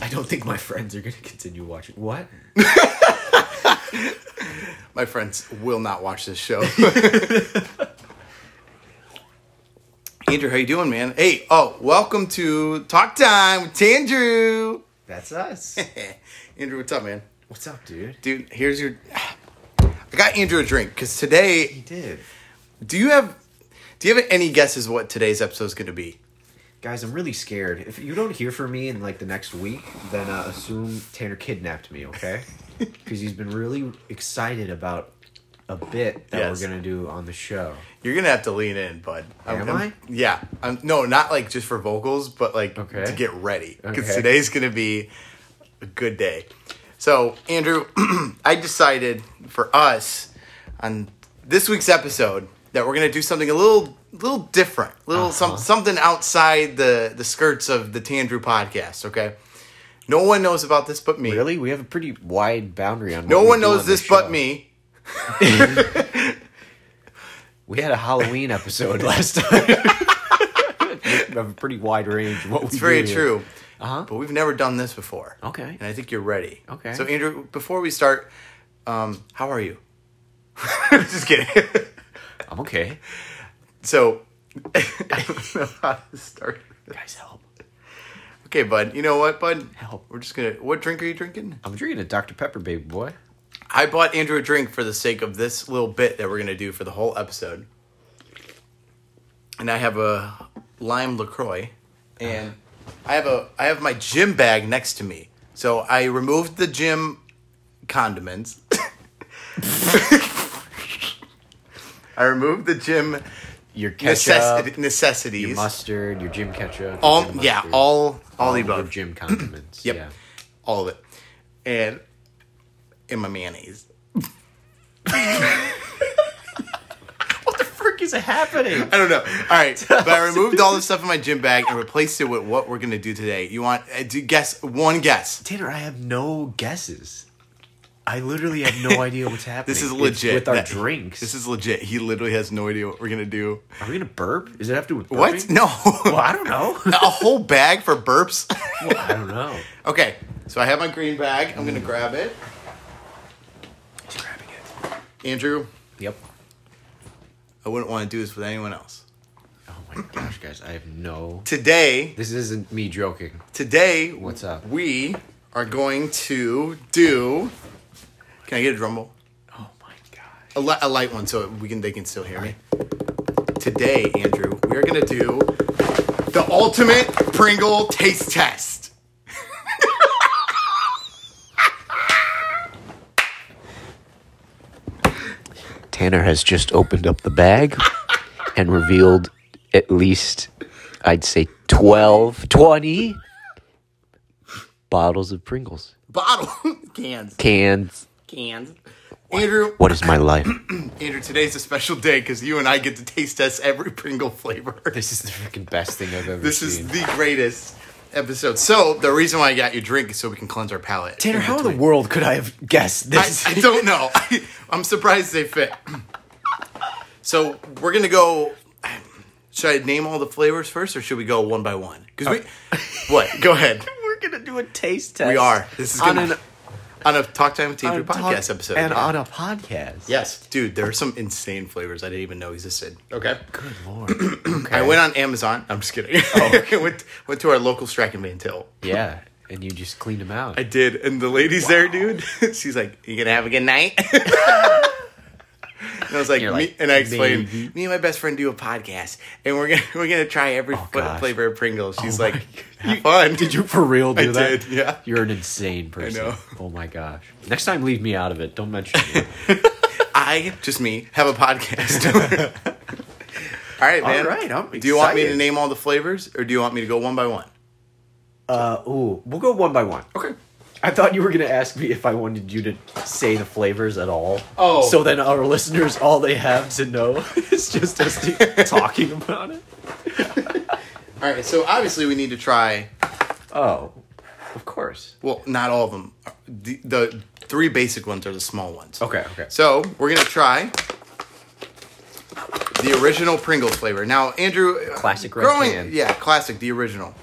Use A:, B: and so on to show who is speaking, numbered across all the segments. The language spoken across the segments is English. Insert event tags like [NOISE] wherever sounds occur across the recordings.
A: I don't think my friends are gonna continue watching. What?
B: My friends will not watch this show. Andrew, how you doing, man? Hey, oh, welcome to Talk Time with Andrew. [LAUGHS]
A: That's us.
B: Andrew, what's up, man?
A: [LAUGHS] What's up, dude?
B: Dude, here's your. [SIGHS] I got Andrew a drink because today.
A: He did.
B: Do you have? Do you have any guesses what today's episode is going to be?
A: Guys, I'm really scared. If you don't hear from me in like the next week, then uh, assume Tanner kidnapped me, [LAUGHS] okay? Because he's been really excited about a bit that
B: Yes.
A: we're gonna do on the show.
B: You're gonna have to lean in, bud. I'm-
A: Am
B: I'm-
A: I?
B: Yeah. I'm, no, not like just for vocals, but like
A: Okay.
B: to get ready because
A: Okay.
B: today's gonna be a good day. So, Andrew, [CLEARS THROAT] I decided for us on this week's episode that we're gonna do something a little, little different, little
A: Uh-huh.
B: some, something outside the the skirts of the Tandrew podcast. Okay. No one knows about this but me.
A: Really, we have a pretty wide boundary on.
B: No
A: what we
B: one
A: do
B: knows
A: on
B: this
A: show.
B: but me.
A: We had a Halloween [LAUGHS] episode last time. we have a pretty wide range. Of what [LAUGHS]
B: It's very true.
A: Uh-huh.
B: But we've never done this before.
A: Okay.
B: And I think you're ready.
A: Okay.
B: So Andrew, before we start, um, how are you? [LAUGHS] Just kidding. [LAUGHS]
A: I'm okay.
B: so [LAUGHS] I don't know how to start.
A: Guys, help!
B: Okay, bud. You know what, bud?
A: Help.
B: We're just gonna. What drink are you drinking?
A: I'm drinking a Dr Pepper, baby boy.
B: I bought Andrew a drink for the sake of this little bit that we're gonna do for the whole episode. And I have a lime Lacroix, and I have a I have my gym bag next to me. So I removed the gym condiments. [LAUGHS] I removed the gym
A: Your ketchup,
B: necessi- necessities.
A: your mustard, your gym ketchup.
B: all
A: your gym
B: yeah,
A: mustard,
B: all all the
A: your
B: above.
A: gym [CLEARS THROAT] condiments.
B: Yep.
A: Yeah.
B: All of it. And and my mayonnaise.
A: What the frick is happening?
B: I don't know. All right, but I removed all the stuff in my gym bag and replaced it with what we're gonna do today. You want uh, do guess one guess?
A: [LAUGHS] Tanner, I have no guesses. I literally have [LAUGHS] no idea what's happening.
B: This is
A: It's
B: legit.
A: with our
B: That-
A: drinks.
B: This is legit. He literally has no idea what we're gonna do.
A: Are we gonna burp? Is it have to do with
B: What?
A: burping?
B: No.
A: Well, I don't [LAUGHS] know.
B: a whole bag for burps. [LAUGHS]
A: well, I don't know.
B: okay, so I have my green bag. I'm gonna grab it.
A: He's grabbing it.
B: Andrew,
A: Yep.
B: I wouldn't want to do this with anyone else.
A: Oh my gosh, guys, I have no.
B: Today,
A: This isn't me joking.
B: today,
A: What's up?
B: We are going to do. Can I get a drum roll?
A: Oh my gosh.
B: a, li- a light one so we can they can still hear me. Today, Andrew, we are gonna do the ultimate Pringle taste test.
C: Tanner has just opened up the bag and revealed at least, I'd say, 12, 20 bottles of Pringles.
B: Bottle [LAUGHS] cans,
C: Cans.
B: cans. Andrew,
C: What is my life?
B: Andrew, today's a special day because you and I get to taste test every Pringle flavor.
A: This is [CLEARS THROAT] the freaking best thing I've ever
B: This
A: seen.
B: is the greatest episode. So the reason why I got you a drink is so we can cleanse our palate.
A: Tanner, how in the world could I [LAUGHS] have guessed
B: I,
A: this?
B: I don't know. [LAUGHS] I, I'm surprised they fit. [CLEARS THROAT] So we're gonna go. Should I name all the flavors first, or should we go one by one? Because we, what? Go ahead.
A: We're gonna do a taste test.
B: We are. This is
A: on
B: gonna
A: an-
B: on a talk time with
A: on a
B: Tandrew podcast
A: talk-
B: episode.
A: and
B: yeah.
A: on a podcast.
B: yes, dude, there are some insane flavors I didn't even know existed. Okay.
A: Good
B: [CLEARS THROAT]
A: lord. okay.
B: I went on Amazon. I'm just kidding. [LAUGHS] went went to our local Strack and Van Till.
A: Yeah, and you just cleaned them out.
B: I did, and the lady's there, dude. [LAUGHS] She's like, "You gonna have a good night?" [LAUGHS] and I was like,
A: You're
B: me,
A: like,
B: and I explained,
A: "Maybe."
B: "Me and my best friend do a podcast, and we're gonna [LAUGHS] we're gonna try every fl-
A: gosh.
B: flavor of Pringles." She's
A: my
B: like, "Have fun."
A: Did you [LAUGHS] for real do
B: I
A: that?
B: did, yeah.
A: You're an insane person.
B: know.
A: Oh my gosh. Next time, leave me out of it. Don't mention [LAUGHS] it.
B: [LAUGHS] I just me have a podcast. [LAUGHS] all right, man.
A: right, I'm
B: do you want me to
A: excited.
B: name all the flavors, or do you want me to go one by one?
A: uh, ooh, we'll go one by one.
B: Okay.
A: I thought you were gonna ask me if I wanted you to say the flavors at all.
B: Oh.
A: So then our listeners, all they have to know [LAUGHS] is just us [LAUGHS] talking about it.
B: All right. So obviously, we need to try.
A: Oh, of course.
B: Well, not all of them. The, the three basic ones are the small ones.
A: Okay. Okay.
B: So we're gonna try the original Pringles flavor. Now, Andrew, uh,
A: Classic red
B: growing,
A: can.
B: yeah, classic, the original.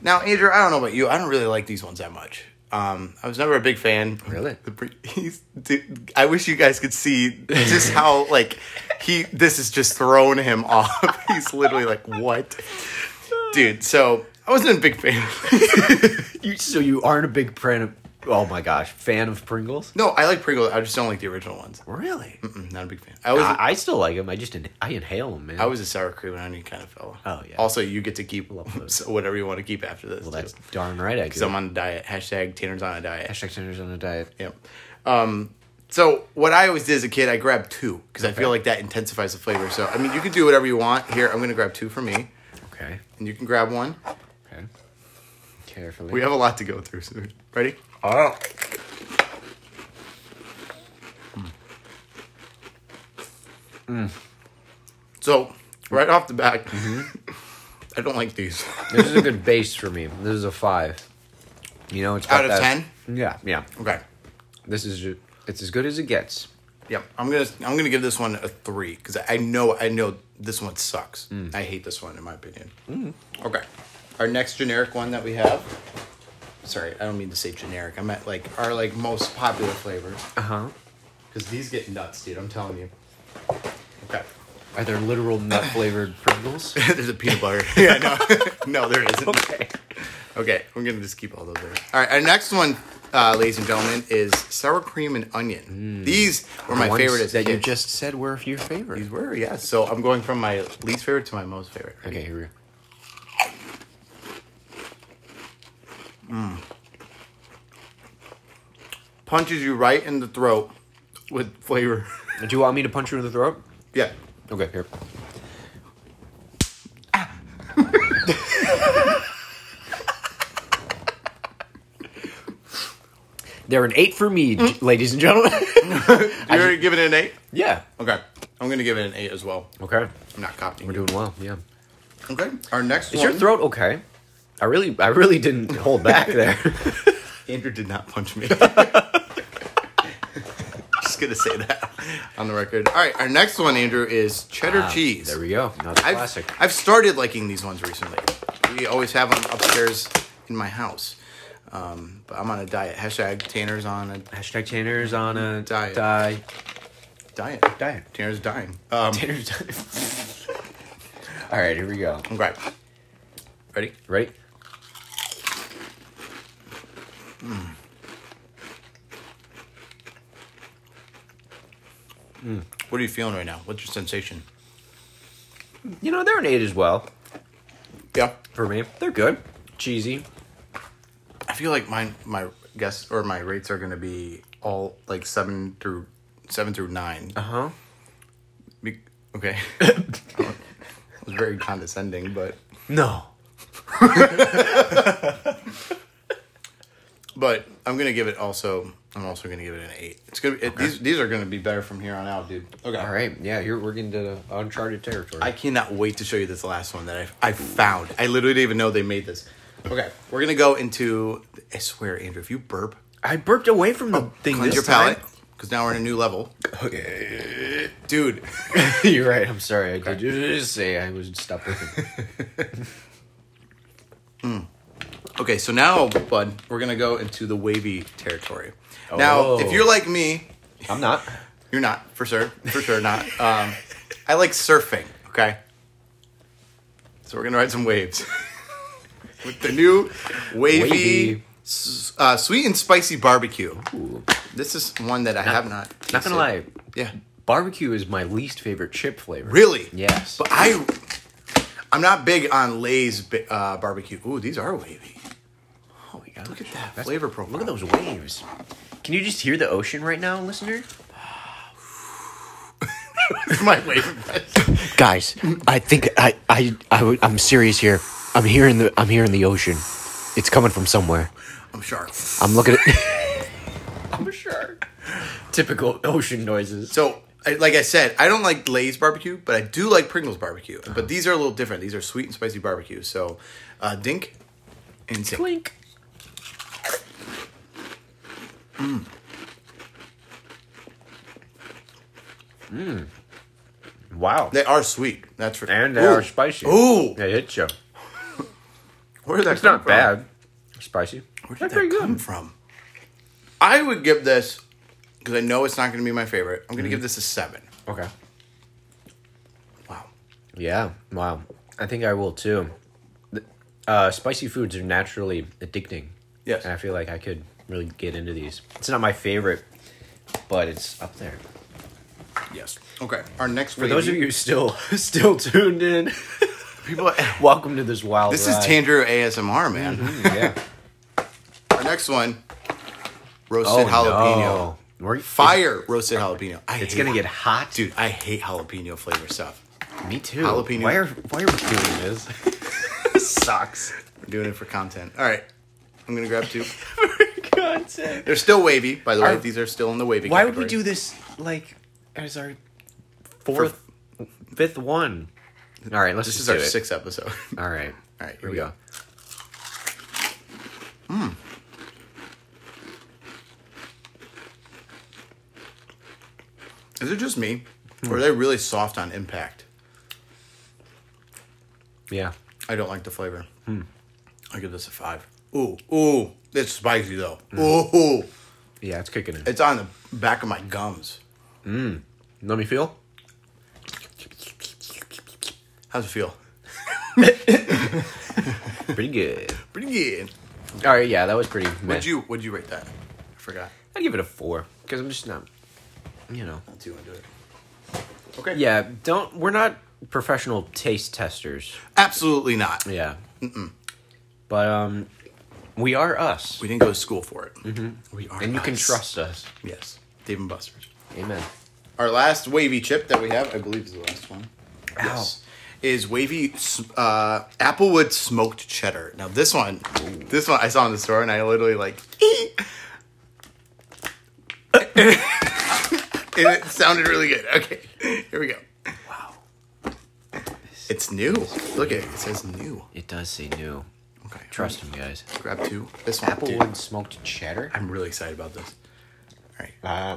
B: Now, Andrew, I don't know about you. I don't really like these ones that much. Um, I was never a big fan.
D: Really?
B: The pre- [LAUGHS] he's, dude, I wish you guys could see just how like he. This is just throwing him [LAUGHS] off. he's literally like, "What, dude?" So I wasn't a big fan. [LAUGHS]
A: You, so you aren't a big fan of, oh my gosh, fan of Pringles?
B: no, I like Pringles. I just don't like the original ones.
A: Really?
B: Mm, Not a big fan. I was.
A: I,
B: I,
A: I still like them. I just in, I inhale them, man.
B: was a sour cream and onion kind of fella.
A: Oh, yeah.
B: Also, you get to keep [LAUGHS]
A: those.
B: so whatever you want to keep after this.
A: well,
B: too.
A: that's darn right. I do.
B: So I'm on a diet. Hashtag Tanner's on a diet.
A: Hashtag Tanner's on a diet.
B: Yep. Um, so what I always did as a kid, I grabbed two because I feel like that intensifies the flavor. So I mean, you can do whatever you want. Here, I'm gonna grab two for me,
A: Okay.
B: and you can grab one.
A: Okay. Carefully.
B: We have a lot to go through. So ready?
A: oh.
B: So right off the bat,
A: Mm-hmm.
B: [LAUGHS] I don't like these.
A: This is a good base for me. This is a five. You know, it's got
B: Out of
A: that-
B: 10?
A: Yeah, yeah.
B: Okay.
A: This is ju- it's as good as it gets.
B: Yep. I'm gonna I'm gonna give this one a three because I know I know this one sucks. I hate this one in my opinion. Okay. Our next generic one that we have. Sorry, I don't mean to say generic. I meant like our like most popular flavor.
A: Uh huh.
B: Because these get nuts, dude. I'm telling you. Okay.
A: Are there literal nut flavored Pringles?
B: There's a peanut butter. yeah, no. [LAUGHS] no, there isn't.
A: okay.
B: [LAUGHS] Okay, we're going to just keep all those there. All right, our next one, uh, ladies and gentlemen, is sour cream and onion. These were my
A: Ones
B: favorite as a
A: that you
B: kid.
A: just said were your favorite.
B: These were, yeah. So I'm going from my least favorite to my most favorite.
A: Okay, here we go.
B: Punches you right in the throat with flavor. [LAUGHS]
A: Do you want me to punch you in the throat?
B: yeah.
A: Okay, here. [LAUGHS] They're an eight for me, j- ladies and gentlemen.
B: You already giving it an eight?
A: [LAUGHS] yeah.
B: Okay. I'm going to give it an eight as well.
A: Okay.
B: I'm not copying.
A: We're
B: you.
A: doing well. Yeah.
B: Okay. Our next
A: Is
B: one.
A: your throat okay? I really, I really didn't hold [LAUGHS] back there.
B: Andrew did not punch me. [LAUGHS] Just gonna say that on the record. All right, our next one, Andrew, is cheddar cheese.
A: Ah, There we go. Another
B: I've,
A: classic.
B: I've started liking these ones recently. We always have them upstairs in my house, um, but I'm on a diet. Hashtag Tanner's on a
A: Hashtag Tanner's on a
B: Diet.
A: Di-
B: diet.
A: diet.
B: Tanner's dying. Um,
A: Tanner's diet. [LAUGHS] All right, here we go.
B: okay, ready?
A: Right?
B: What are you feeling right now? What's your sensation?
A: You know they're an eight as well
B: Yeah,
A: for me. They're good, cheesy.
B: I feel like my my guess or my rates are gonna be all like seven through seven through nine.
A: Uh huh.
B: Be- [LAUGHS] okay. it was very condescending, but
A: No.
B: but I'm gonna give it also. I'm also gonna give it an eight. It's gonna be, it, these these are gonna be better from here on out, dude. Okay.
A: All right. Yeah, you're we're getting to the uncharted territory.
B: I cannot wait to show you this last one that I I found. I literally didn't even know they made this. Okay, we're gonna go into. I swear, Andrew, if you burp,
A: I burped away from the thing.
B: Oh,
A: This
B: cleanse your palate because now we're in a new level,
A: Okay. [LAUGHS]
B: dude.
A: you're right. I'm sorry. I did just say I was stop
B: [LAUGHS]
A: looking.
B: Okay, so now, bud, we're gonna go into the wavy territory. Now, if
A: Oh.
B: you're like me,
A: I'm not.
B: You're not, for sure. For sure not.
A: [LAUGHS]
B: Um, I like surfing, okay? So we're going to ride
A: [LAUGHS]
B: some waves. With the new wavy,
A: Wavy.
B: s- Uh, sweet and spicy barbecue.
A: Ooh.
B: This is one that I have not.
A: Not gonna
B: tasted.
A: lie.
B: Yeah.
A: Barbecue is my least favorite chip flavor.
B: Really?
A: Yes.
B: But I. I'm not big on Lay's ba- uh, barbecue. Ooh, these are wavy.
A: Oh my god!
B: Look at that flavor profile.
A: Look at those waves. Can you just hear the ocean right now, listener?
B: [LAUGHS] My wave.
D: Guys, I think I I I would, I'm serious here. I'm here in the I'm here in the ocean. It's coming from somewhere.
B: I'm sharp.
D: I'm looking at
A: I'm sure. Typical ocean noises.
B: So, I, like I said, I don't like Lay's barbecue, but I do like Pringles barbecue. But these are a little different. These are sweet and spicy barbecue. So, uh, dink and zink.
A: Clink. Mmm. Wow. Mm.
B: They are sweet. That's for
A: Mm. And they are
B: Ooh.
A: spicy.
B: Ooh.
A: They hit you.
B: Where did that
E: It's
B: come
E: not
B: from?
E: bad. Spicy.
B: Where did
E: That's
B: that
E: pretty
B: come
E: good.
B: from? I would give this because I know it's not going to be my favorite. I'm going to give this a seven.
A: Okay.
B: Wow.
A: Yeah. Wow. I think I will too. Th- Uh, spicy foods are naturally addicting.
B: Yes.
A: And I feel like I could really get into these. It's not my favorite, but it's up there.
B: Yes. Okay. Our next
A: For those of you still [LAUGHS] still tuned in,
B: people, [LAUGHS]
A: welcome to this wild.
B: this is
A: ride.
B: Tandrew ASMR, man. [LAUGHS]
A: Yeah.
B: Our next one,
A: Oh
B: roasted jalapeno,
A: no. We're-
B: fire roasted jalapeno. I
A: It's
B: hate-
A: gonna get hot,
B: dude. I hate jalapeno flavor stuff.
A: Me too.
B: Jalapeno.
A: Why are why are we doing
B: [LAUGHS]
A: this? this sucks.
B: We're doing it for content. All right. I'm gonna grab two.
A: Content.
B: They're still wavy, by the way.
A: Are-
B: These are still in the wavy.
A: Why would we
B: category.
A: do this like as our fourth, fifth one? All right, let's
B: This is
A: just
B: our
A: do it.
B: sixth episode. [LAUGHS]
A: All right,
B: All right,
A: here we go.
B: Is it just me,
A: Hmm.
B: or are they really soft on impact?
A: Yeah,
B: I don't like the flavor.
A: Hmm.
B: I give this a five. Ooh, ooh, it's spicy though.
A: Hmm.
B: Ooh,
A: yeah, it's kicking in.
B: it's on the back of my gums.
A: Let me [LAUGHS] feel.
B: How's it feel?
A: Pretty good.
B: Pretty good.
A: All right, yeah, that was pretty. meh.
B: Would you? Would you rate that? I forgot.
A: I'd give it a four because I'm just not, you know.
B: Not too into it. Okay.
A: Yeah, don't. We're not professional taste testers.
B: Absolutely not.
A: Yeah. Mm-mm. But um, we are us,
B: We didn't go to school for it. Mm-hmm. We are.
A: and you can
B: us.
A: trust us.
B: Yes, Dave and Buster's.
A: Amen.
B: Our last wavy chip that we have, I believe, is the last one. Is wavy s- uh, applewood smoked cheddar. Now this one, this one I saw in the store, and I literally like, [LAUGHS] and it sounded really good. Okay, here we go. Wow, it's new. Look at it. It says new.
A: It does say new.
B: Okay,
A: Trust him, guys.
B: Grab two. This one, dude.
A: Applewood smoked cheddar.
B: I'm really excited about this. All right.
A: Uh,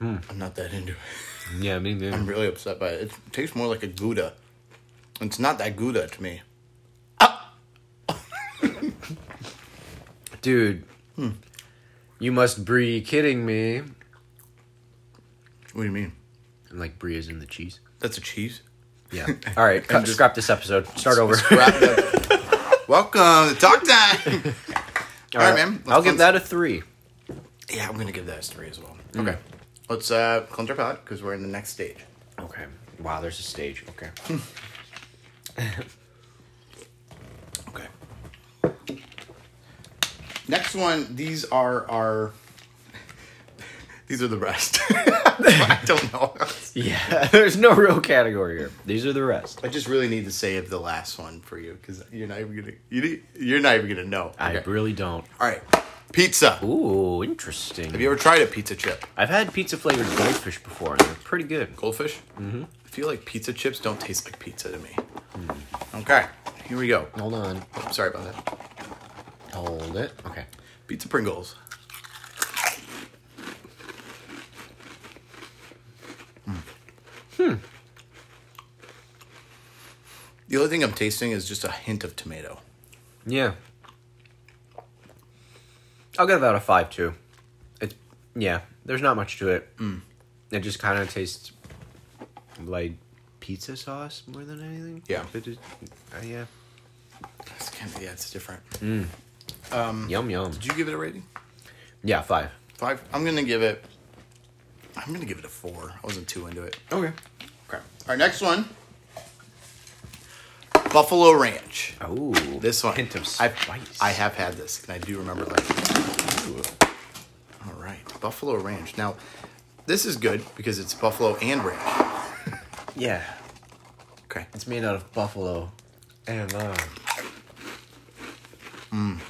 B: I'm not that into it.
A: yeah, me neither.
B: I'm really upset by it. It tastes more like a Gouda. It's not that Gouda to me.
A: Dude, you must be kidding me. And
B: What do you mean?
A: like brie is in the cheese.
B: That's a cheese?
A: Yeah. [LAUGHS] All right, cut, scrap this episode. Start
B: [LAUGHS]
A: over.
B: Wrap it [LAUGHS] up. Welcome to Talk [LAUGHS] Time!
A: All
B: right, man.
A: I'll
B: Let's
A: give that a three.
B: yeah, I'm going to give that a three as well. Mm. Okay. Let's uh, cleanse our palate because we're in the next stage.
A: Okay. Wow, there's a stage. Okay. [LAUGHS]
B: Okay. Next one, these are our. [LAUGHS] These are the rest. [LAUGHS] I don't know.
A: yeah, [LAUGHS] there's no real category here. These are the rest.
B: I just really need to save the last one for you because you're not even gonna you, you're not even gonna know.
A: I
B: Okay.
A: really don't.
B: All right, pizza.
A: Ooh, interesting.
B: Have you ever tried a pizza chip?
A: I've had pizza flavored goldfish before, and they're pretty good.
B: Goldfish? Mm-hmm. I feel like pizza chips don't taste like pizza to me. Okay, here we go.
A: Hold on.
B: Oh, sorry about that.
A: Hold it. Okay.
B: Pizza Pringles. Hmm. The only thing I'm tasting is just a hint of tomato.
A: Yeah. I'll give that a five too. It yeah, there's not much to it. Mm. It just kind of tastes like pizza sauce more than anything.
B: Yeah.
A: It is- uh, yeah.
B: It's kind of, yeah, it's different. Mm.
A: Yum yum.
B: Did you give it a rating?
A: Yeah, five.
B: Five. I'm gonna give it. I'm gonna give it a four. I wasn't too into it.
A: Okay.
B: Okay. Our next one. Buffalo Ranch.
A: Oh,
B: This one.
A: hint of
B: I've-
A: spice.
B: I have had this, and I do remember liking it. All right, Buffalo Ranch. Now, this is good because it's buffalo and ranch.
A: Yeah,
B: Okay.
A: it's made out of buffalo and uh, lime.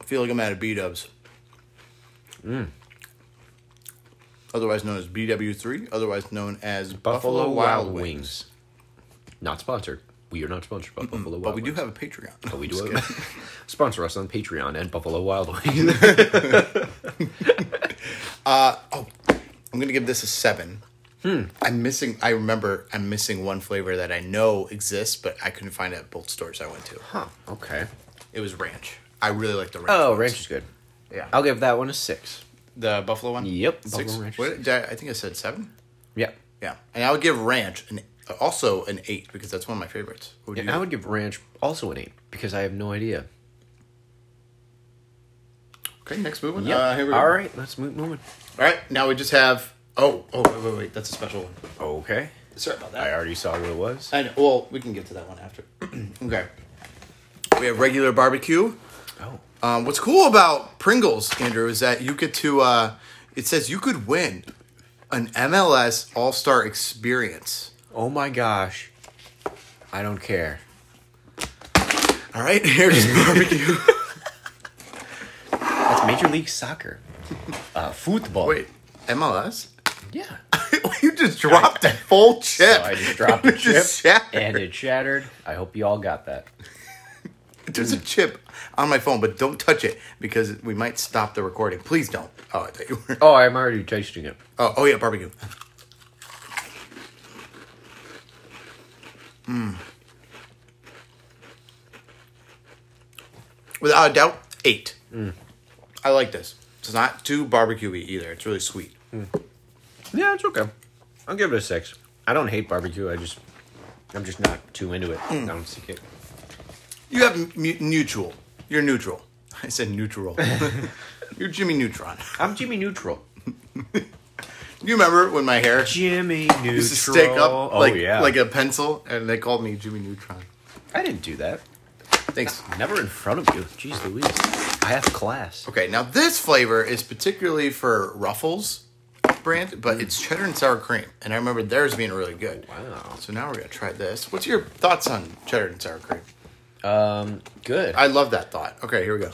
B: I feel like I'm at a B Dubs. Otherwise known as BW3, otherwise known as
A: Buffalo Wild Wings. Not sponsored. We are not sponsored by Buffalo Wild
B: But we do
A: Wings.
B: have a Patreon.
A: But Oh, we do have [LAUGHS] sponsor us on Patreon and Buffalo Wild Wings.
B: [LAUGHS] I'm gonna give this a seven. I'm missing. I remember I'm missing one flavor that I know exists, but I couldn't find it at both stores I went to.
F: Huh. Okay.
B: It was ranch. I really like the ranch.
F: Oh,
B: ones.
F: ranch is good.
B: Yeah.
F: I'll give that one a six.
B: The buffalo one.
A: Yep,
B: Six.
A: buffalo ranch.
B: What, did I, I think I said seven.
A: yeah.
B: Yeah, and I would give ranch an also an eight because that's one of my favorites. What would
A: And
B: you
A: I
B: give?
A: would give Ranch also an 8 because I have no idea.
B: Okay, next moving.
A: Yep.
B: Uh, here we go.
A: All right, let's move moving.
B: All right. Now we just have. Oh, oh, wait, wait, wait. That's a special one.
A: Okay.
B: Sorry about
A: I already saw what it was.
B: I know. Well, we can get to that one after. [CLEARS THROAT] okay. We have regular barbecue.
A: Oh.
B: Um, what's cool about Pringles, Andrew, is that you get to. Uh, it says you could win an MLS All Star Experience.
A: Oh my gosh. I don't care.
B: All right, [LAUGHS] here's
A: [LAUGHS]
B: barbecue.
A: That's Major League
B: [LAUGHS]
A: Soccer. Uh, football.
B: Wait, MLS?
A: Yeah.
B: [LAUGHS] you just dropped that full chip.
A: So I just dropped the
B: It
A: chip
B: [LAUGHS] just shattered.
A: and it shattered. I hope you all got that.
B: There's a chip on my phone, but don't touch it because we might stop the recording. Please don't. Oh, I thought you were. [LAUGHS]
A: Oh, I'm already tasting it.
B: Oh, oh yeah, barbecue. Hmm. Without a doubt, eight.
A: Hmm.
B: I like this. It's not too barbecue-y either. It's really sweet.
A: Yeah, it's okay. I'll give it a six. I don't hate barbecue. I just, I'm just not too into it.
B: Hmm.
A: I don't seek it.
B: You have mu- neutral. You're neutral. [LAUGHS] I
A: [LAUGHS]
B: said neutral. You're Jimmy Neutron.
A: I'm Jimmy Neutral.
B: You remember when my hair
A: Jimmy Neutral.
B: used to stick up
A: oh
B: like
A: yeah.
B: like a pencil, and they called me Jimmy Neutron.
A: I didn't do that.
B: Thanks.
A: Never in front of you. Jeez Louise. I have class.
B: Okay, now this flavor is particularly for Ruffles brand, but it's cheddar and sour cream, and I remember theirs being really good.
A: Mm. Wow.
B: So now we're gonna try this. What's your thoughts on cheddar and sour cream?
A: Good.
B: I love that thought. Okay, here we go.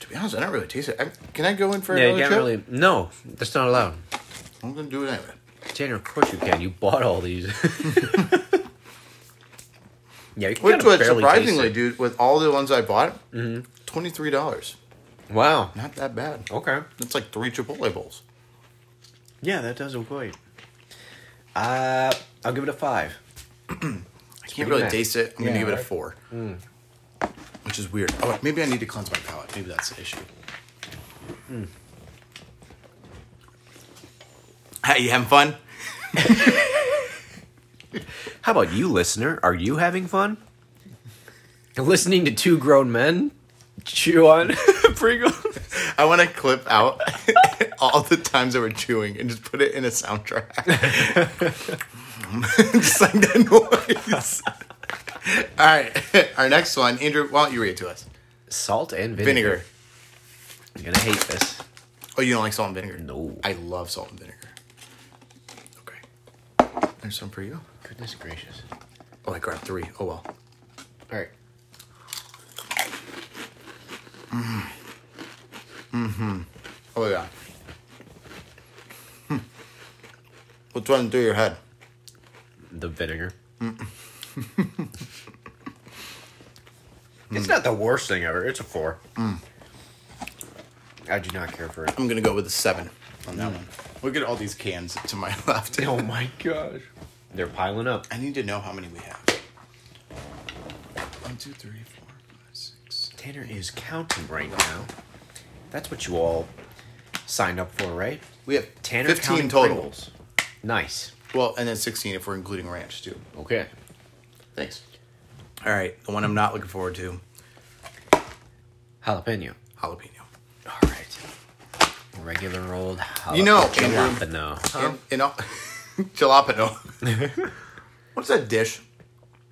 B: to be honest, I don't really taste it. I, can I go in for
A: yeah, you
B: another
A: can't
B: chip?
A: really. No, that's not allowed.
B: I'm gonna do it anyway.
A: Tanner, of course you can. You bought all these. [LAUGHS] yeah, you can
B: Which
A: kinda barely
B: was
A: taste
B: surprisingly,
A: it. Mm-hmm.
B: dude, with all the ones I bought, twenty-three dollars.
A: Wow.
B: Not that bad.
A: Okay.
B: That's like three Chipotle bowls.
A: Yeah, that does look great. Uh, I'll give it a five.
B: I can't really
A: nice.
B: taste it. I'm
A: Yeah,
B: gonna give it a
A: right. Hmm.
B: four, which is weird. Oh, maybe I need to cleanse my palate. Maybe that's the issue.
A: Hmm.
B: Hey, you having fun?
A: How about you, listener? Are you having fun? [LAUGHS] Listening to two grown men chew on [LAUGHS] Pringles.
B: I want to clip out [LAUGHS] all the times I were chewing and just put it in a soundtrack, [LAUGHS] just like that noise. [LAUGHS] all right, [LAUGHS] our next one, Andrew. Why don't you read it to us?
A: Salt and vinegar.
B: Vinegar.
A: I'm gonna hate this.
B: Oh, you don't like salt and vinegar?
A: No.
B: I love salt and vinegar. Okay. There's some for you.
A: Goodness gracious.
B: Oh, I grabbed three. Oh, well.
A: All right.
B: Mm-hmm. Oh, yeah. Hmm. What's running through your head?
A: The vinegar. it's not the worst thing ever. It's a four. I do not care for it.
B: I'm going to go with a seven on that one. Look at all these cans to my [LAUGHS] left.
A: [LAUGHS] Oh my gosh. They're piling up.
B: I need to know how many we have. One, two, three, four, five, six.
A: Tanner is counting right now. That's what you all signed up for, right?
B: We have
A: Tanner
B: 15
A: counting
B: total.
A: Pringles. Nice.
B: Well, and then 16 if we're including ranch, too.
A: Okay.
B: Thanks. All right. The one I'm not looking forward to
A: Jalapeno.
B: jalapeno.
A: All right. Regular old jalapeno.
B: You know,
A: jalapeno.
B: In, in all, [LAUGHS] jalapeno. [LAUGHS] What's that dish?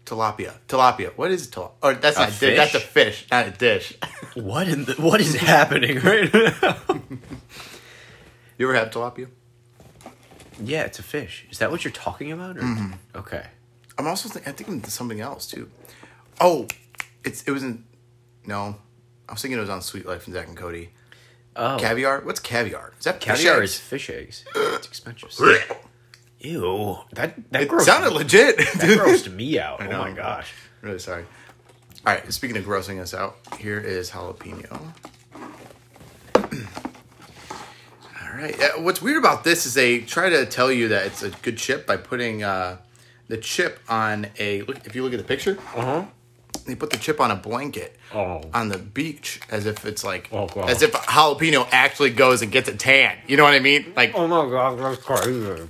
B: Tilapia. Tilapia. What is tilapia? Or that's not a dish.
A: fish?
B: That's a fish, not a dish. [LAUGHS]
A: What in the, what is happening right now?
B: you ever had tilapia?
A: Yeah, it's a fish. Is that what you're talking about? Or? Okay.
B: I'm also thinking. I think I'm something else too. Oh, it's it was in. No, I was thinking it was on Sweet Life and Zach and Cody.
A: Oh.
B: Caviar? What's caviar? Is that fish
A: Caviar
B: eggs?
A: is fish eggs. It's expensive. Ew. That that grossed,
B: Sounded legit.
A: that [LAUGHS]
B: dude.
A: grossed me out. Oh
B: know.
A: my gosh.
B: Really sorry. All right. Speaking of grossing us out, here is jalapeno. [CLEARS THROAT] All right. uh, What's weird about this is they try to tell you that it's a good chip by putting uh, the chip on a. Look, if you look at the picture,
A: Uh-huh.
B: they put the chip on a blanket
A: Oh.
B: on the beach as if it's like
A: Oh, wow.
B: as if jalapeno actually goes and gets a tan. You know what I mean? Like
A: Oh my god, that's crazy.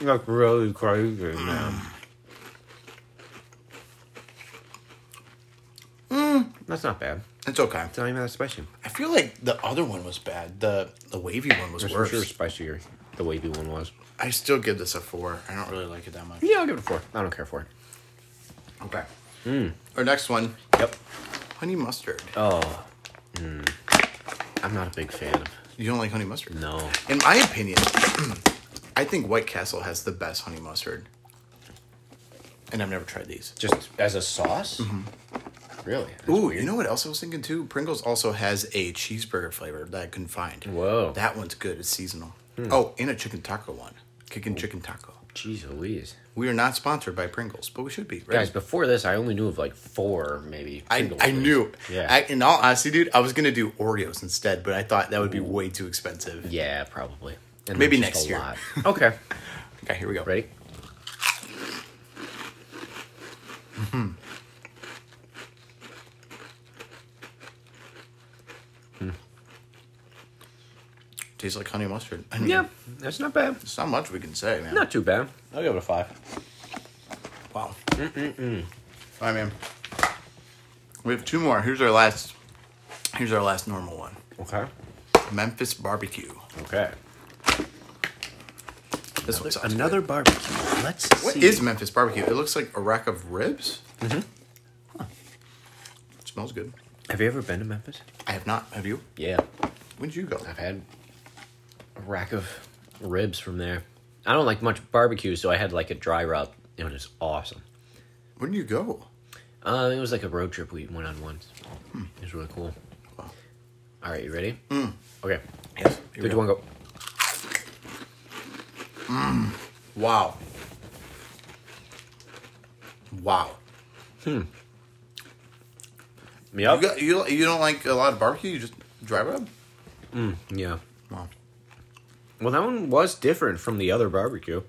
A: That's really crazy, man. Mm, That's not bad.
B: it's okay.
A: It's not even that spicy.
B: I feel like the other one was bad. The the wavy one was
A: It's for
B: worse.
A: sure spicier. The wavy one was.
B: I still give this a four. I don't really like it that much.
A: Yeah, I'll give it a four. I don't care for it.
B: Okay.
A: Hmm.
B: Our next one,
A: Yep.
B: honey mustard.
A: Oh. mm. I'm not a big fan of.
B: You don't like honey mustard?
A: No.
B: In my opinion, [CLEARS THROAT] I think White Castle has the best honey mustard. And I've never tried these.
A: Just as a sauce? Really?
B: Ooh, you know what else I was thinking too? Pringles also has a cheeseburger flavor that I couldn't find.
A: Whoa. Hmm.
B: That one's good. It's seasonal. Oh, and a chicken taco one. Kicking chicken taco.
A: Jeez Louise.
B: We are not sponsored by Pringles, but we should be, right?
A: Guys, before this, I only knew of like four, maybe.
B: I,
A: Pringles
B: I
A: things.
B: knew.
A: Yeah.
B: I, in all honesty, dude, I was gonna do Oreos instead, but I thought that would be way too expensive.
A: yeah, probably. And
B: Maybe
A: there's just
B: next
A: a
B: year.
A: lot. [LAUGHS] Okay.
B: Okay, here we go.
A: Ready?
B: Tastes like honey mustard. I mean,
A: Yeah, that's not bad.
B: There's not much we can say, man.
A: Not too bad.
B: I'll give it a five. Wow. Mm-mm-mm. All right, man. We have two more. Here's our last. Here's our last normal one.
A: Okay.
B: Memphis barbecue.
A: Okay.
B: This one sounds
A: Another
B: Good.
A: barbecue. Let's
B: What
A: see.
B: is Memphis barbecue? It looks like a rack of ribs. Mm-hmm. Huh. Smells good.
A: Have you ever been to Memphis?
B: I have not. Have you?
A: Yeah,
B: When'd you go?
A: I've had a rack of ribs from there. I don't like much barbecue, so I had like a dry rub. It was awesome.
B: When did you go?
A: Uh, it was like a road trip we went on once. It was really cool.
B: Wow.
A: All right, you ready? Okay.
B: Yes. here
A: Three,
B: we go.
A: two, one, Hmm. go.
B: Wow. Wow. You,
A: Yep.
B: got, you you don't like a lot of barbecue? You just dry rub?
A: yeah.
B: Wow.
A: Well, that one was different from the other barbecue.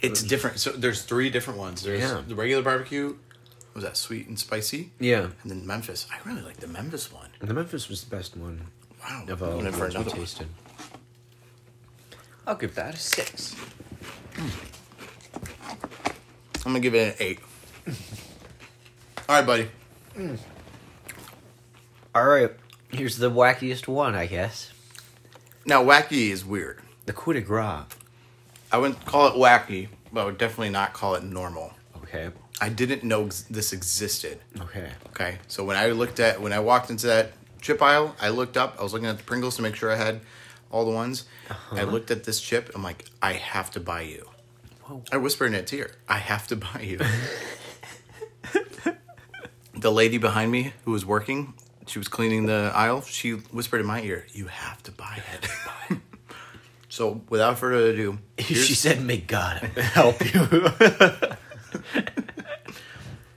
B: It's different. So there's three different ones. There's
A: Yeah.
B: the regular barbecue. what Was that sweet and spicy?
A: Yeah.
B: And then Memphis. I really like the Memphis one.
A: The Memphis was the best one
B: Wow.
A: of all the
B: I'm gonna for
A: ones we
B: another one.
A: tasted. I'll give that a six.
B: Hmm. I'm gonna give it an eight. All right, buddy.
A: All right, here's the wackiest one, I guess.
B: Now wacky is weird.
A: The coup de grace.
B: I wouldn't call it wacky, but I would definitely not call it normal.
A: Okay.
B: I didn't know ex- this existed.
A: Okay. [LAUGHS]
B: Okay. So when I looked at when I walked into that chip aisle, I looked up. I was looking at the Pringles to make sure I had all the ones. I looked at this chip. I'm like, I have to buy you.
A: Whoa.
B: I whispered in a tear. I have to buy [LAUGHS] you. the lady behind me who was working, she was cleaning the aisle. She whispered in my ear, "You have to buy it." [LAUGHS] so without further [LAUGHS] ado,
A: she
B: here's-
A: said, "May [LAUGHS] God help you."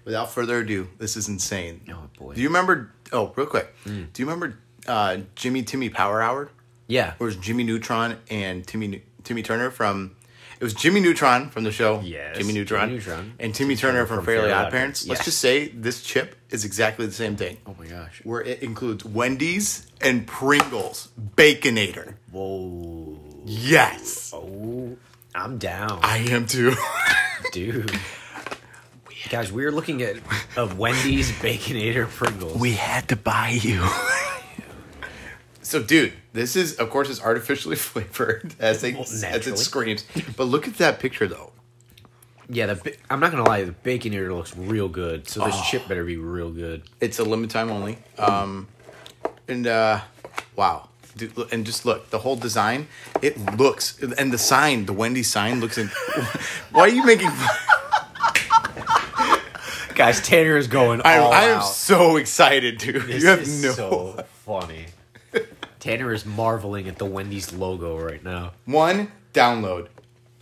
B: Without further ado, this is insane.
A: Oh, boy. Hmm.
B: Do you remember? Oh, real quick. Do you remember uh, Jimmy Timmy Power Hour?
A: Yeah.
B: Or was Jimmy Neutron and Timmy Timmy Turner from? It was Jimmy Neutron from the show.
A: Yes,
B: Jimmy Neutron.
A: Jimmy Neutron.
B: And Timmy Turner from, Fairly Odd Parents.
A: Parents.
B: Let's
A: Yes.
B: just say this chip is exactly the same thing.
A: Oh my gosh.
B: Where it includes Wendy's and Pringles, Baconator.
A: Whoa.
B: Yes,
A: Oh, I'm [LAUGHS] down,
B: I am too. [LAUGHS]
A: dude. Guys, we are looking at a [LAUGHS] Wendy's Baconator Pringles.
B: We had to buy you. so, dude, this is, of course, it's artificially [LAUGHS] flavored as, they, as it
A: naturally.
B: screams. But look at that picture, though.
A: yeah, the ba- I'm not gonna lie, the Baconator looks real good. So this chip better be real good.
B: It's a limit time only. Um, and uh, wow, dude, lo- and just look the whole design. It looks, and the sign, the Wendy sign, looks. In, [LAUGHS] why are you making?
A: Guys, Tanner is going
B: I,
A: all
B: I am
A: out.
B: so excited, dude.
A: This
B: you have
A: is
B: no.
A: so funny. Tanner is marveling at the Wendy's logo right now.
B: One, download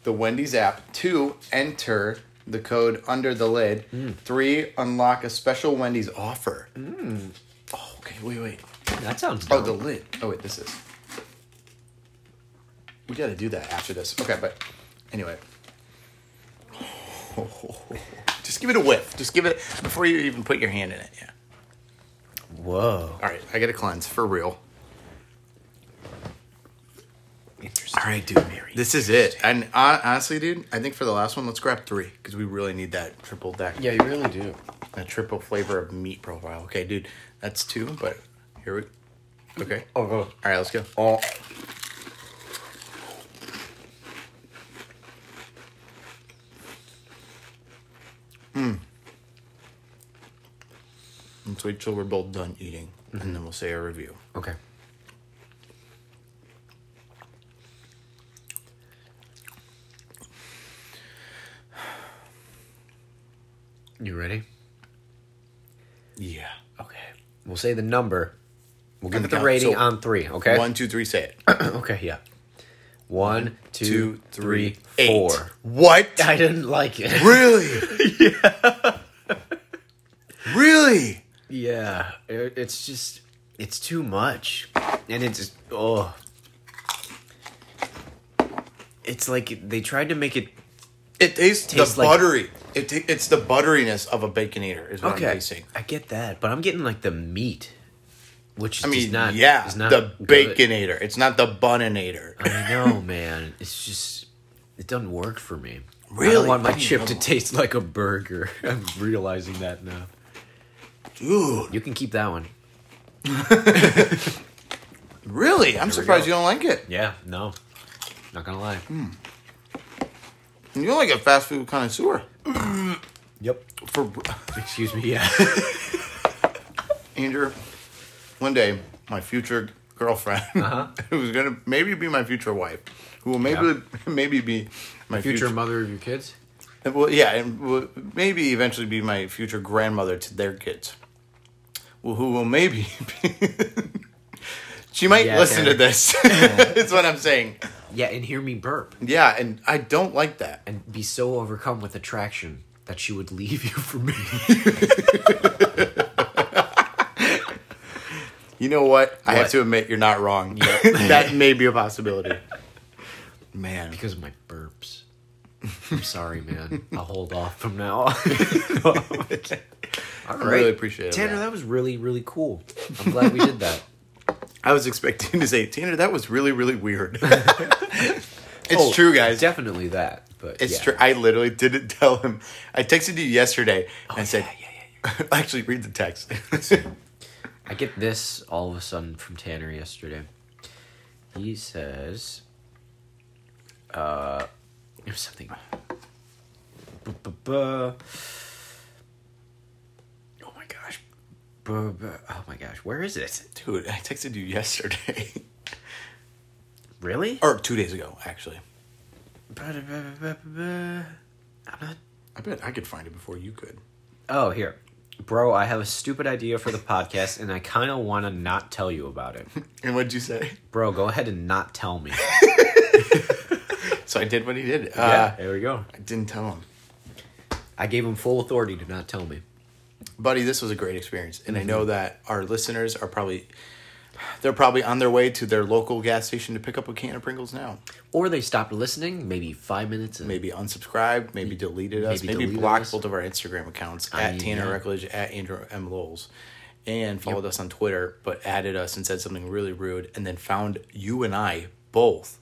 B: the Wendy's app. Two, enter the code under the lid. Three, unlock a special Wendy's offer. Oh, okay, wait, wait.
A: That sounds
B: Oh,
A: dope.
B: the lid. Oh, wait, this is. We gotta do that after this. Okay, but anyway. Just give it a whiff. Just give it before you even put your hand in it. Yeah.
A: Whoa.
B: All right, I gotta cleanse for real.
A: Interesting. All right, dude, Mary.
B: This is it. And uh, honestly, dude, I think for the last one, let's grab three because we really need that triple deck.
A: yeah, you really do.
B: That triple flavor of meat profile. Okay, dude, that's two, but here we. Okay. All
A: Oh, oh.
B: right, let's go.
A: oh.
B: Hmm. Let's wait till we're both done eating,
A: Mm-hmm.
B: and then we'll say our review.
A: Okay. You ready?
B: Yeah.
A: Okay. We'll say the number. We'll give
B: On
A: it
B: the
A: the
B: count.
A: rating
B: So,
A: on three, okay?
B: One, two, three. Say it.
A: [CLEARS THROAT] okay, yeah. One, two,
B: Two,
A: three, four.
B: eight. What?
A: [LAUGHS] I didn't like it.
B: Really?
A: [LAUGHS]
B: yeah. Really?
A: Yeah, it- it's just it's too much, and it's oh, it's like they tried to make it.
B: It tastes,
A: Tastes
B: the
A: like-
B: buttery. It ta- it's the butteriness of a bacon eater is what I'm
A: Okay,
B: tasting.
A: I get that, but I'm getting like the meat, which is
B: I mean,
A: not
B: yeah,
A: is not
B: the
A: good.
B: baconator. It's not the buninator.
A: I know, [LAUGHS] man. It's just it doesn't work for me. I
B: Really?
A: don't want my
B: I need
A: chip to
B: double.
A: taste like a burger. [LAUGHS] I'm realizing that now.
B: Dude,
A: You can keep that one.
B: really? I'm surprised
A: go.
B: you don't like it.
A: Yeah, no, not gonna lie.
B: You're like a fast food connoisseur.
A: Yep.
B: For
A: Excuse me. Yeah.
B: Andrew, one day my future girlfriend,
A: Uh-huh.
B: [LAUGHS] who's gonna maybe be my future wife, who will maybe [LAUGHS] maybe be my
A: Future
B: future,
A: mother of your kids.
B: well, yeah, and will maybe eventually be my future grandmother to their kids, well, who will maybe [LAUGHS] be. she might
A: Yeah,
B: listen
A: Tanner.
B: to this. [LAUGHS] It's what I'm saying.
A: Yeah, and hear me burp
B: Yeah, and I don't like that.
A: and be so overcome with attraction that she would leave you for
B: [LAUGHS]
A: me.
B: You know what? I have
A: What?
B: to admit, you're not
A: [LAUGHS]
B: wrong. [LAUGHS] that may be a possibility. Man,
A: because of my burps. I'm sorry, man. I'll hold off from now
B: [LAUGHS]
A: on. All
B: I really appreciate it.
A: Tanner, that was really, really cool. I'm glad we did
B: [LAUGHS]
A: that.
B: I was expecting to say, Tanner, that was really, really [LAUGHS] weird. it's
A: Oh,
B: true, guys.
A: Definitely that. But
B: it's
A: yeah.
B: true. I literally didn't [LAUGHS] tell him. I texted you yesterday and said, [LAUGHS] actually, read the text.
A: I get this all of a sudden from Tanner yesterday. He says, uh, it was something. Bu-bu-bu. Oh my gosh. Bu-bu- Oh my gosh. Where is it?
B: Dude, I texted you yesterday. [LAUGHS]
A: Really?
B: or two days ago, actually.
A: Bu-bu-bu-bu-bu. I'm not.
B: I bet I could find it before you could.
A: Oh, here. Bro, I have a stupid idea for the podcast and I kind of want to not tell you
C: [LAUGHS]
A: about it.
B: And what'd you say?
A: Bro, go ahead and not tell me.
B: So I did what he did.
A: yeah,
B: Uh,
A: there we go.
B: I didn't tell him.
A: I gave him full authority to not tell me.
B: buddy this was a great experience and i know that our listeners are probably they're probably on their way to their local gas station to pick up a can of pringles now
A: Or they stopped listening, maybe five minutes in.
B: maybe unsubscribed maybe deleted us
A: Maybe
B: maybe,
A: deleted
B: blocked
A: us.
B: both of our instagram accounts
A: I
B: at
A: mean,
B: tanner
A: yeah.
B: Reckledge, at andrew m lowles and followed us on twitter but added us and said something really rude and then found you and i both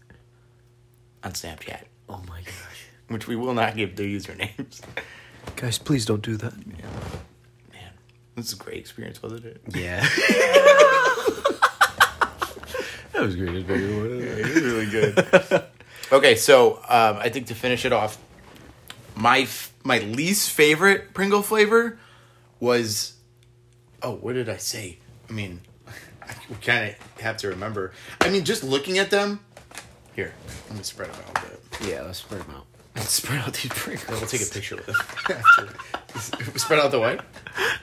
B: on snapchat
A: Oh my gosh.
B: which we will not give their usernames [LAUGHS]
C: Guys, please don't do that.
B: man this is a great experience wasn't it
C: [LAUGHS]
A: Yeah. that was great.
B: It's really good. [LAUGHS] okay, so um, I think to finish it off, my f- my least favorite Pringle flavor was oh, what did I say? I mean, [LAUGHS] we kind of have to remember. I mean, just looking at them. Here, let me spread them out a bit.
A: Yeah, let's spread them out. [LAUGHS] Let's spread out [LAUGHS] these Pringles.
B: [LAUGHS] We'll take a picture with them. spread out the what?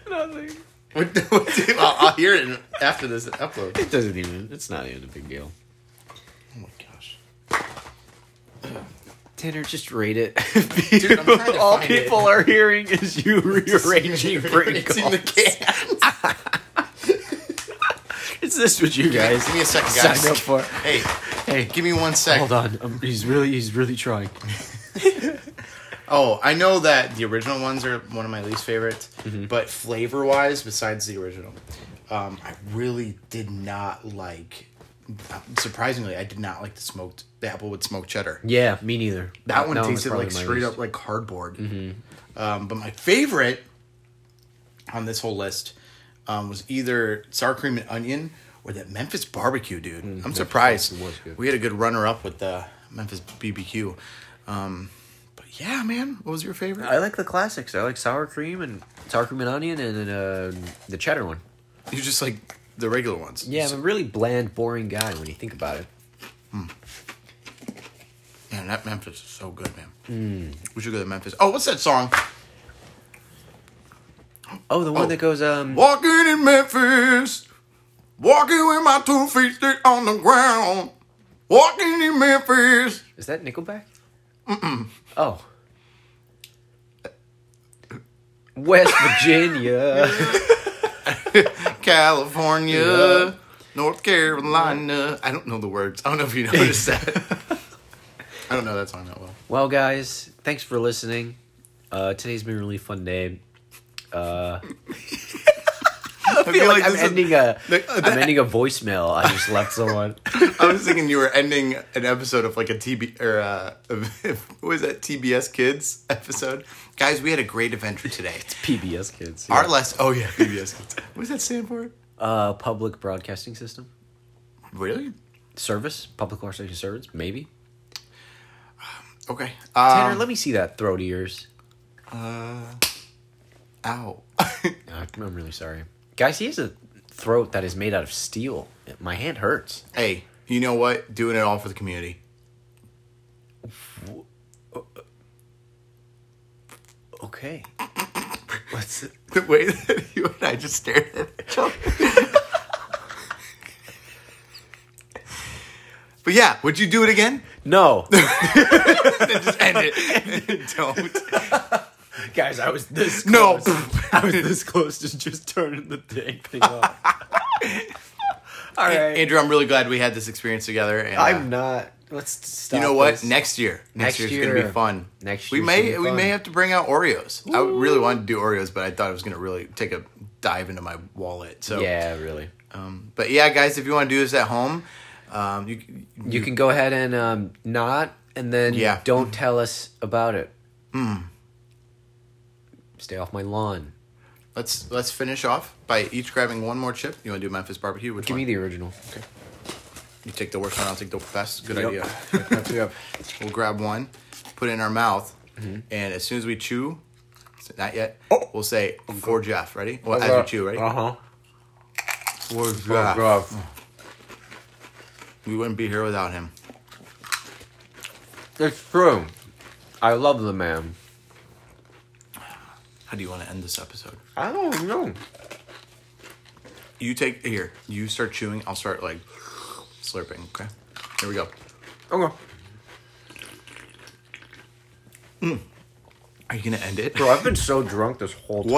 A: Nothing.
B: What, what do- I'll, I'll hear it after this upload.
A: It doesn't even. It's not even a big deal.
B: Oh my gosh.
A: Tanner, just rate it. [LAUGHS]
B: I'm trying to
A: All
B: find it.
A: people are hearing is
B: [LAUGHS]
A: you rearranging
B: It's
A: Pringles.
B: in the can.
A: Is this what you guys
B: Give me a second, guys.
A: signed up for?
B: Hey,
A: Hey,
B: give me one sec.
A: hold on. Um, he's really, he's really trying.
B: Oh, I know that the original ones are one of my least favorites,
A: Mm-hmm.
B: but flavor wise, besides the original, um, I really did not like. Surprisingly, I did not like the smoked the applewood smoked cheddar.
A: Yeah, me neither.
B: That one
A: was
B: tasted
A: probably
B: like
A: my
B: straight
A: least. Mm-hmm.
B: up like cardboard. Um, but my favorite on this whole list um, was either sour cream and onion or that Memphis barbecue, dude. I'm surprised.
A: Mm, was good.
B: We had a good runner up with the Memphis BBQ. Um, but yeah, man, what was your favorite?
A: I like the classics. I like sour cream and sour cream and onion, and then uh, the cheddar one.
B: you just like the regular ones.
A: Yeah,
B: Just-
A: I'm a really bland, boring guy when you think about it.
B: man, that Memphis is so good, man.
A: Mm.
B: We should go to Memphis. Oh, what's that song?
A: Oh, the one
B: Oh.
A: that goes um.
B: Walking in Memphis. Walking with my two feet stick on the ground. Walking in Memphis.
A: Is that Nickelback? Mm-mm. Oh. West
B: [LAUGHS]
A: Virginia.
B: California. North Carolina. I don't know the words. I don't know if you noticed that. I don't know that song that well.
A: well, guys, thanks for listening. Uh, today's been a really fun day. Uh,
B: I
A: I feel like, I'm
B: this is-
A: ending a
B: The- uh,
A: am ending a voicemail. I just left someone.
B: [LAUGHS] I was thinking you were ending an episode of like a TB or uh, [LAUGHS] what was that TBS Kids episode? Guys, we had a great adventure today.
A: PBS kids. yeah.
B: Our last oh yeah, TBS Kids. What does that stand for?
A: Uh, public broadcasting system
B: Really?
A: service, public broadcasting service, maybe.
B: Okay.
A: Tanner,
B: Um,
A: let me see that throat of yours.
B: Um, ow. [LAUGHS]
A: Uh, I'm really sorry, guys. He has a throat that is made out of steel. My hand hurts.
B: hey, you know what? Doing it all for the community. [LAUGHS]
A: Okay.
B: What's the way that you and I just stared at each other? [LAUGHS] But yeah, would you do it again?
A: No,
B: Then just end it. [LAUGHS] Don't.
A: guys, I was this
B: No.
A: close. I was this close to just turning the dang thing [LAUGHS] off. All right,
B: Andrew, I'm really glad we had this experience together. And, uh,
A: I'm not. Let's stop.
B: You know what?
A: this.
B: Next year, next,
A: Next
B: year's gonna be
A: year.
B: fun.
A: Next
B: we
A: year's
B: may
A: gonna be
B: we
A: fun.
B: may have to bring out Oreos. I really wanted to do Oreos, but I thought it was gonna really take a dive into my wallet. So
A: Yeah, really.
B: Um, but yeah, guys, if you want to do this at home, um, you
A: You can go ahead and um, not, and then
B: Yeah. Hmm.
A: don't tell us about it. Stay off my lawn.
B: let's let's finish off by each grabbing one more chip. You want to do Memphis barbecue? Which
A: Give
B: one?
A: me the original.
B: you take the worst one. I'll take the best. Good
A: Yep.
B: idea.
A: [LAUGHS]
B: We'll grab one, put it in our mouth, and as soon as we chew, not yet, we'll say Oh. for Jeff. Ready? Well, as we chew, ready?
A: huh.
B: For Jeff. We wouldn't be here without him.
A: It's true. I love the man.
B: How do you want to end this episode?
A: I don't know.
B: You take here. You start chewing. I'll start like slurping. Okay. Here we go.
A: Okay.
B: Are you gonna end it?
A: Bro, I've been so drunk this whole time.
B: What?